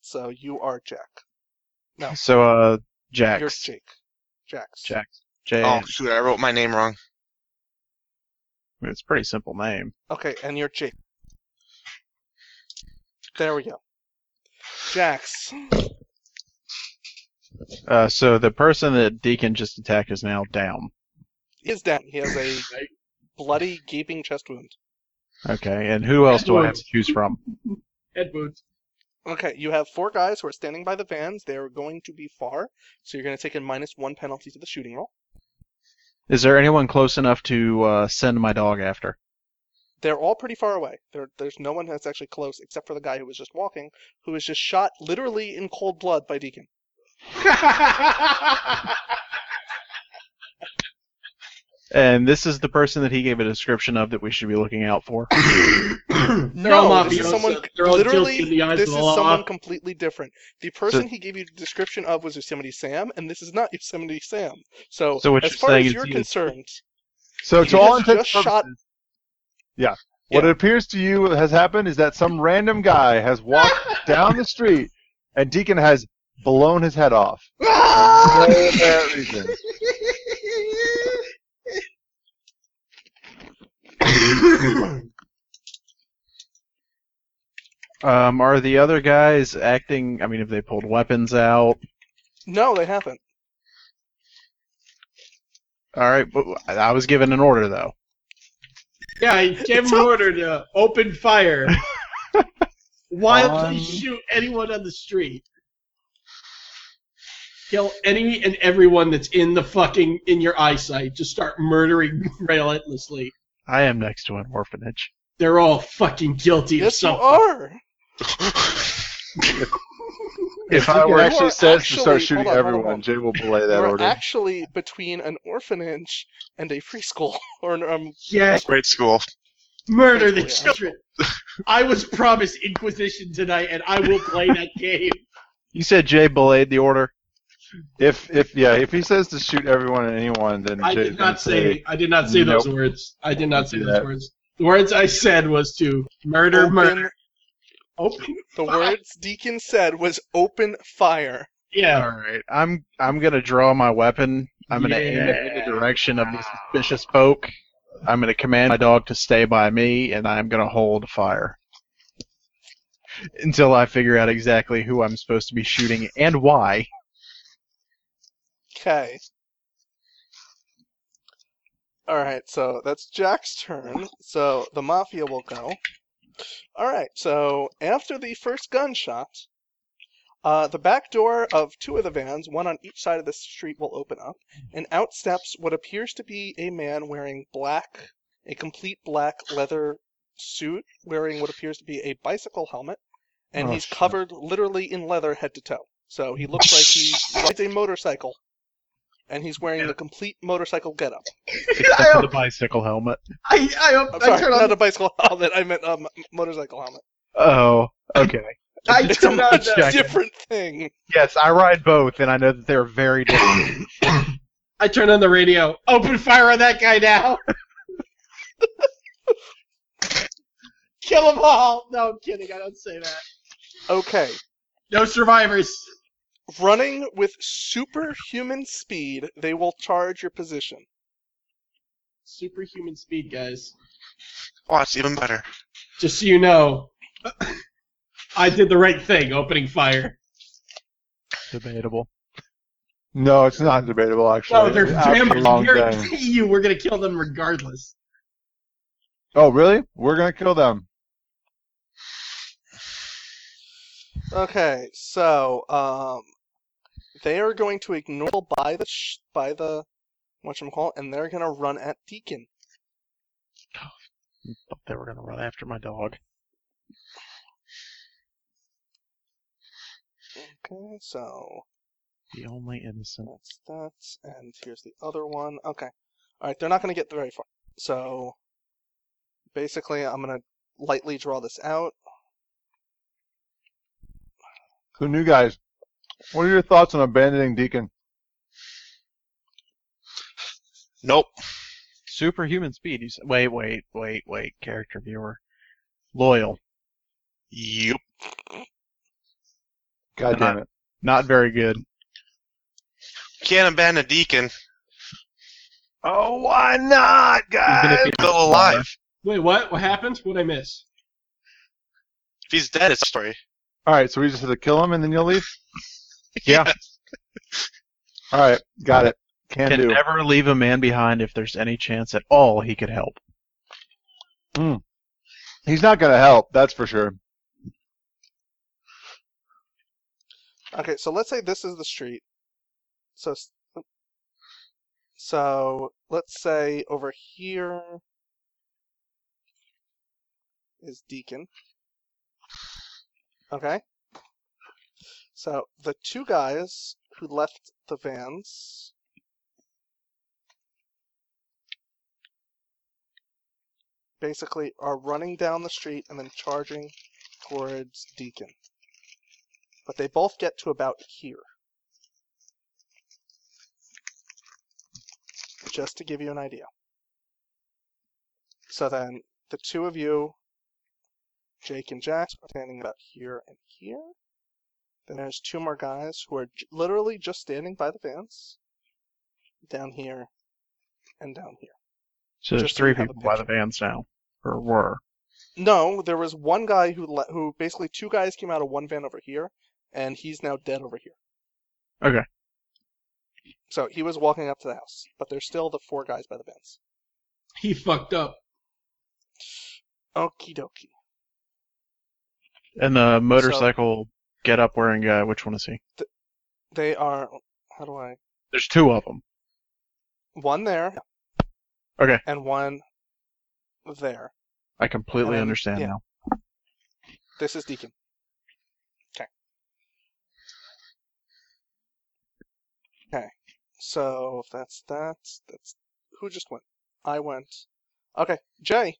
Speaker 4: So you are Jack. No.
Speaker 5: So, uh, Jax.
Speaker 4: You're Jake. Jax.
Speaker 5: Jack. J.
Speaker 6: Oh shoot, I wrote my name wrong.
Speaker 5: It's a pretty simple name.
Speaker 4: Okay, and you're Jake. There we go. Jax.
Speaker 5: Uh, so the person that Deacon just attacked is now down.
Speaker 4: is down. He has a
Speaker 2: Right.
Speaker 4: bloody, gaping chest wound.
Speaker 5: Okay, and who else do I have to choose from?
Speaker 2: Head wounds.
Speaker 4: Okay, you have four guys who are standing by the vans. They're going to be far, so you're going to take a minus one penalty to the shooting roll.
Speaker 5: Is there anyone close enough to uh, send my dog after?
Speaker 4: They're all pretty far away. There, there's no one that's actually close except for the guy who was just walking, who was just shot literally in cold blood by Deacon.
Speaker 5: And this is the person that he gave a description of that we should be looking out for.
Speaker 2: all
Speaker 4: No, this is
Speaker 2: mafiosos.
Speaker 4: someone
Speaker 2: They're all
Speaker 4: literally.
Speaker 2: guilty in the eyes
Speaker 4: This
Speaker 2: of
Speaker 4: is
Speaker 2: the law.
Speaker 4: someone completely different. The person he gave you the description of was Yosemite Sam, and this is not Yosemite Sam. So,
Speaker 5: So what
Speaker 4: as
Speaker 5: you're
Speaker 4: far
Speaker 5: saying
Speaker 4: as
Speaker 5: is
Speaker 4: you're
Speaker 5: he is-
Speaker 4: concerned,
Speaker 3: So
Speaker 4: he
Speaker 3: to all
Speaker 4: has
Speaker 3: intents
Speaker 4: just shot
Speaker 3: What it appears to you has happened is that some random guy has walked down the street and Deacon has blown his head off. For no apparent reason.
Speaker 5: Um, are the other guys acting? I mean, have they pulled weapons out?
Speaker 4: No, they haven't.
Speaker 5: All right, but I I was given an order though.
Speaker 2: Yeah, I gave him an order to open fire.
Speaker 4: Um,
Speaker 2: Wildly shoot anyone on the street. Kill any and everyone that's in the fucking in your eyesight. Just start murdering relentlessly.
Speaker 5: I am next to an orphanage.
Speaker 2: They're all fucking guilty of
Speaker 4: Yes, you
Speaker 2: something.
Speaker 4: are.
Speaker 3: If
Speaker 5: I
Speaker 3: Deacon
Speaker 5: were-
Speaker 4: You are
Speaker 3: actually says to
Speaker 4: actually-
Speaker 3: start shooting
Speaker 4: hold on, hold on,
Speaker 3: everyone,
Speaker 4: hold on.
Speaker 3: Jay will belay that
Speaker 4: You're
Speaker 3: order.
Speaker 4: actually between an orphanage and a preschool, or an, um,
Speaker 2: Yes,
Speaker 6: Great school.
Speaker 2: murder the
Speaker 4: Yeah.
Speaker 2: children. I was promised Inquisition tonight, and I will play that game.
Speaker 5: You said Jay belayed the order.
Speaker 3: If if yeah, if he says to shoot everyone and anyone, then
Speaker 2: I
Speaker 3: Jay's
Speaker 2: did
Speaker 3: gonna
Speaker 2: not say. I did not say those words. I did not say
Speaker 3: Do
Speaker 2: those
Speaker 3: that.
Speaker 2: words. The words I said was to murder, murder,
Speaker 4: open-
Speaker 2: open.
Speaker 4: the
Speaker 2: fire.
Speaker 4: words Deacon said was open fire.
Speaker 2: Yeah.
Speaker 5: All right, I'm I'm gonna draw my weapon. I'm gonna aim it in
Speaker 2: Yeah.
Speaker 5: the direction of the suspicious folk. I'm gonna command my dog to stay by me, and I'm gonna hold fire until I figure out exactly who I'm supposed to be shooting and why.
Speaker 4: Okay. All right, so that's Jack's turn. So the mafia will go. All right, so after the first gunshot, uh, the back door of two of the vans, one on each side of the street, will open up, and out steps what appears to be a man wearing black, a complete black leather suit, wearing what appears to be a bicycle helmet, and
Speaker 5: Oh,
Speaker 4: he's
Speaker 5: shit.
Speaker 4: covered literally in leather head to toe. So he looks like he rides a motorcycle, and he's wearing the complete motorcycle getup.
Speaker 5: Except for the bicycle helmet.
Speaker 2: I, I,
Speaker 4: I'm
Speaker 2: I,
Speaker 4: sorry,
Speaker 2: turn
Speaker 4: not
Speaker 2: on,
Speaker 4: a bicycle helmet. I meant um, motorcycle helmet.
Speaker 5: Oh, okay.
Speaker 2: I
Speaker 4: It's a
Speaker 2: turn on
Speaker 4: much
Speaker 5: the-
Speaker 4: different thing.
Speaker 5: Yes, I ride both, and I know that they're very different.
Speaker 2: I turn on the radio. Open fire on that guy now. Kill them all. No, I'm kidding. I don't say that.
Speaker 4: Okay,
Speaker 2: No survivors.
Speaker 4: running with superhuman speed, they will charge your position.
Speaker 2: Superhuman speed, guys.
Speaker 6: Oh, it's even better.
Speaker 2: Just so you know, I did the right thing opening fire.
Speaker 5: Debatable.
Speaker 3: No, it's not debatable
Speaker 2: No,
Speaker 3: actually.
Speaker 2: they're
Speaker 3: It's absolutely wrong
Speaker 2: vampires.
Speaker 3: thing.
Speaker 2: Guarantee you, we're gonna kill them regardless.
Speaker 3: Oh really? We're gonna kill them.
Speaker 4: Okay, so um, they are going to ignore by the sh- by the whatchamacallit, and they're gonna run at Deacon.
Speaker 5: Thought Oh, they were gonna run after my dog.
Speaker 4: Okay, so
Speaker 5: The only innocent.
Speaker 4: That's that. And here's the other one. Okay. Alright, they're not going to get very far. So, basically, I'm going to lightly draw this out.
Speaker 3: So, new guys, what are your thoughts on abandoning Deacon?
Speaker 6: Nope.
Speaker 5: Superhuman speed. You s wait, wait, wait, wait. Character viewer. Loyal.
Speaker 6: Yep.
Speaker 3: God damn it.
Speaker 5: Not very good.
Speaker 6: Can't abandon Deacon.
Speaker 3: Oh, why not,
Speaker 5: Even if
Speaker 3: guys?
Speaker 5: you-
Speaker 6: Still alive.
Speaker 2: Wait, what? What happened? What I miss?
Speaker 6: If he's dead, it's a story.
Speaker 3: All right, so we just have to kill him and then you'll leave?
Speaker 5: Yeah.
Speaker 3: All right, got it. Can,
Speaker 5: Can
Speaker 3: do.
Speaker 5: never leave a man behind if there's any chance at all he could help.
Speaker 3: He's not going to help, that's for sure.
Speaker 4: Okay, so let's say this is the street. So, s- so let's say over here is Deacon. Okay. So the two guys who left the vans. Basically, are running down the street and then charging towards Deacon but they both get to about here. Just to give you an idea. So then the two of you, Jake and Jack, are standing about here and here. Then there's two more guys who are j- literally just standing by the vans, down here and down here.
Speaker 5: So there's
Speaker 4: Just so
Speaker 5: three
Speaker 4: we have a
Speaker 5: people by the
Speaker 4: picture.
Speaker 5: vans now, or were.
Speaker 4: No, there was one guy who le- who basically two guys came out of one van over here, and he's now dead over here.
Speaker 5: Okay.
Speaker 4: So he was walking up to the house, but there's still the four guys by the vans.
Speaker 2: He fucked up.
Speaker 4: Okie dokie.
Speaker 5: And the motorcycle get up wearing guy. Which one is he?
Speaker 4: They are. How do I?
Speaker 5: There's two of them.
Speaker 4: One there.
Speaker 5: Okay.
Speaker 4: And one there.
Speaker 5: I completely
Speaker 4: And then-
Speaker 5: understand
Speaker 4: yeah.
Speaker 5: now.
Speaker 4: This is Deacon. Okay. Okay. So if that's that, that's who just went. I went. Okay, Jay.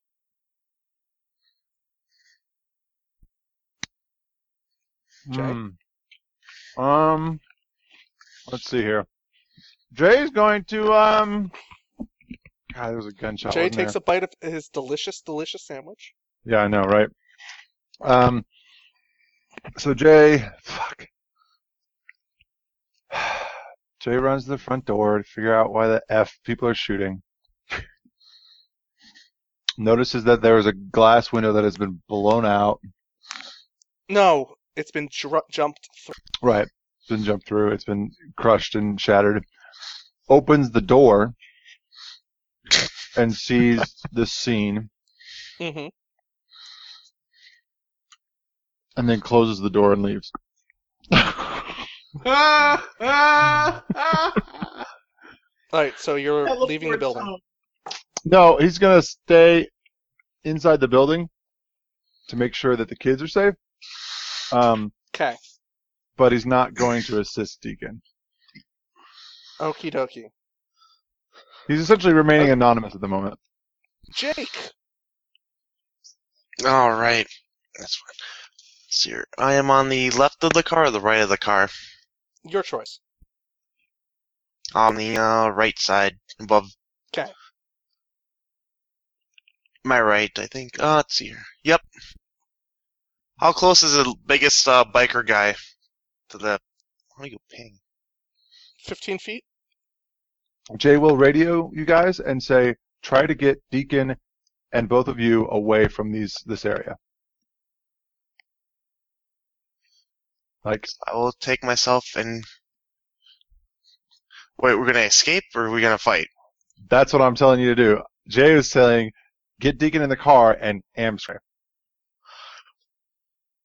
Speaker 4: Jay?
Speaker 3: Hmm. Um, let's see here. Jay's going to um. God, there was a gunshot.
Speaker 4: Jay
Speaker 3: wasn't
Speaker 4: takes
Speaker 3: there?
Speaker 4: a bite of his delicious, delicious sandwich.
Speaker 3: Yeah, I know, right? Um. So Jay, fuck. Jay runs to the front door to figure out why the f people are shooting. Notices that there is a glass window that has been blown out.
Speaker 4: No, it's been dr- jumped through.
Speaker 3: Right. It's been jumped through. It's been crushed and shattered. Opens the door and sees this scene
Speaker 4: Mm-hmm.
Speaker 3: and then closes the door and leaves.
Speaker 2: Ah, ah, ah.
Speaker 4: All right, so you're
Speaker 2: Teleport
Speaker 4: leaving the building.
Speaker 2: zone.
Speaker 3: No, he's going to stay inside the building to make sure that the kids are safe. Um,
Speaker 4: Okay.
Speaker 3: but he's not going to assist Deacon.
Speaker 4: Okie dokie.
Speaker 3: He's essentially remaining anonymous at the moment.
Speaker 4: Jake.
Speaker 6: All right. That's fine. Let's see here. I am on the left of the car or the right of the car?
Speaker 4: Your choice.
Speaker 6: On the uh, right side, above.
Speaker 4: 'Kay.
Speaker 6: My right, I think. Uh, let's see here. Yep. How close is the biggest uh, biker guy to the? How do you ping?
Speaker 4: 15 feet?
Speaker 3: Jay will radio you guys and say, try to get Deacon and both of you away from these this area. Like
Speaker 6: I will take myself and. Wait, we're gonna escape or are we gonna fight?
Speaker 3: that's what I'm telling you to do. Jay is saying, get Deacon in the car and Amsterdam.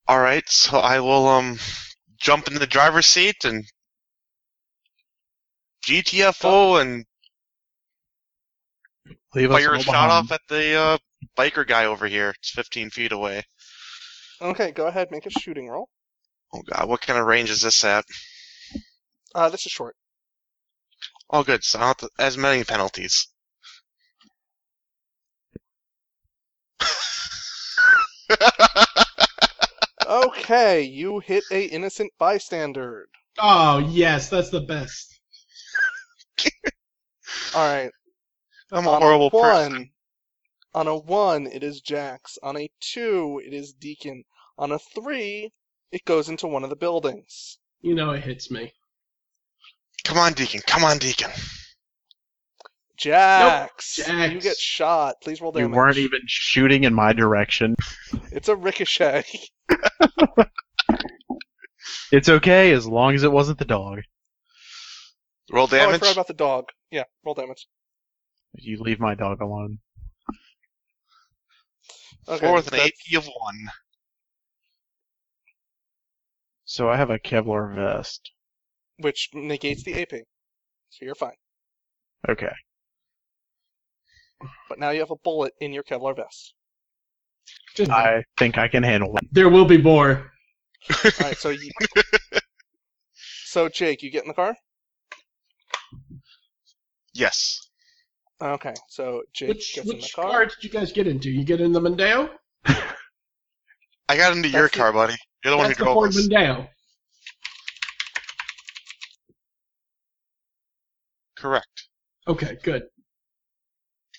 Speaker 6: All right, so I will um jump in the driver's seat and GTFO and
Speaker 5: Leave us
Speaker 6: Fire
Speaker 5: all
Speaker 6: a shot
Speaker 5: behind.
Speaker 6: off at the uh, biker guy over here. It's 15 feet away.
Speaker 4: Okay, go ahead, make a shooting roll.
Speaker 6: Oh god, what kind of range is this at?
Speaker 4: Uh, this is short.
Speaker 6: Oh good, so I don't have to- as many penalties.
Speaker 4: Okay, you hit a innocent bystander.
Speaker 2: Oh yes, that's the best.
Speaker 4: All right.
Speaker 6: I'm
Speaker 4: On
Speaker 6: a
Speaker 4: a
Speaker 6: horrible
Speaker 4: one,
Speaker 6: person.
Speaker 4: On a one, it is Jax. On a two, it is Deacon. On a three, it goes into one of the buildings.
Speaker 2: You know it hits me.
Speaker 6: Come on, Deacon. Come on, Deacon.
Speaker 4: Jax, you
Speaker 2: Jax.
Speaker 4: get shot. Please roll
Speaker 5: You
Speaker 4: damage.
Speaker 5: weren't even shooting in my direction.
Speaker 4: It's a ricochet.
Speaker 5: It's okay as long as it wasn't the dog.
Speaker 6: Roll
Speaker 4: Oh, I
Speaker 6: damage.
Speaker 4: forgot about the dog. Yeah, roll damage.
Speaker 5: You leave my dog alone.
Speaker 4: Okay,
Speaker 6: Four with an
Speaker 4: that's-
Speaker 6: eight, you've won.
Speaker 5: So I have a Kevlar vest.
Speaker 4: which negates the AP. So you're fine.
Speaker 5: Okay.
Speaker 4: But now you have a bullet in your Kevlar vest.
Speaker 2: Just,
Speaker 5: I think I can handle that.
Speaker 2: there will be more.
Speaker 4: All right, so you... so Jake, you get in the car.
Speaker 6: Yes.
Speaker 4: Okay, so Jake
Speaker 2: Which
Speaker 4: gets in the
Speaker 2: which
Speaker 4: car.
Speaker 2: car did you guys get into? You get in the Mondeo?
Speaker 6: I got into your
Speaker 4: That's the-
Speaker 6: car, buddy. You're the one who
Speaker 2: That's the Ford
Speaker 6: drove us.
Speaker 2: Mondeo.
Speaker 6: Correct.
Speaker 2: Okay, good.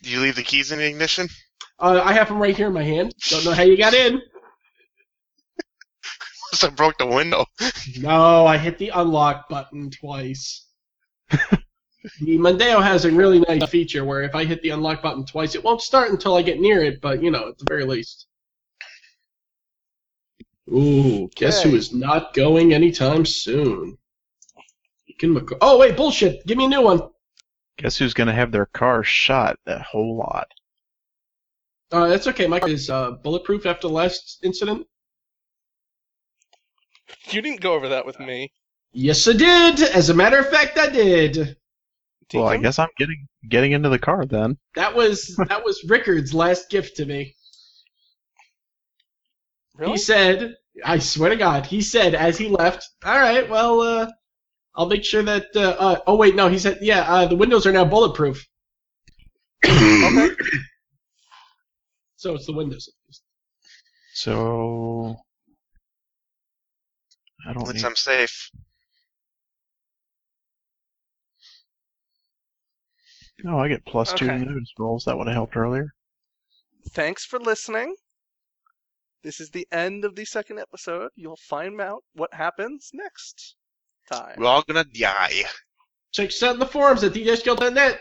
Speaker 6: Do you leave the keys in the ignition?
Speaker 2: Uh, I have them right here in my hand. Don't know how you got in.
Speaker 6: Must have broke the window.
Speaker 2: No, I hit the unlock button twice. the Mondeo has a really nice feature where if I hit the unlock button twice, it won't start until I get near it, but you know, at the very least. Ooh, guess who
Speaker 4: Okay.
Speaker 2: is not going anytime soon? Deacon McCoy. Oh, wait, bullshit. Give me a new one.
Speaker 5: Guess who's gonna have their car shot? That whole lot.
Speaker 2: Uh, that's okay. My car is uh, bulletproof after the last incident.
Speaker 4: You didn't go over that with me.
Speaker 2: Yes, I did. As a matter of fact, I did.
Speaker 5: Well, I
Speaker 4: Deacon?
Speaker 5: guess I'm getting getting into the car then.
Speaker 2: That was that was Rickard's last gift to me.
Speaker 4: Really?
Speaker 2: He said, I swear to God, he said as he left, all right, well, uh, I'll make sure that. Uh, uh, oh, wait, no, he said, yeah, uh, the windows are now bulletproof.
Speaker 4: Okay.
Speaker 2: So it's the windows.
Speaker 5: So I don't
Speaker 6: At
Speaker 5: need
Speaker 6: least I'm safe.
Speaker 5: No, Oh, I get plus two
Speaker 4: Okay.
Speaker 5: to notice rolls. That would have helped earlier.
Speaker 4: Thanks for listening. This is the end of the second episode. You'll find out what happens next time.
Speaker 6: We're all gonna die.
Speaker 2: Check us out in the forums at djskill.net.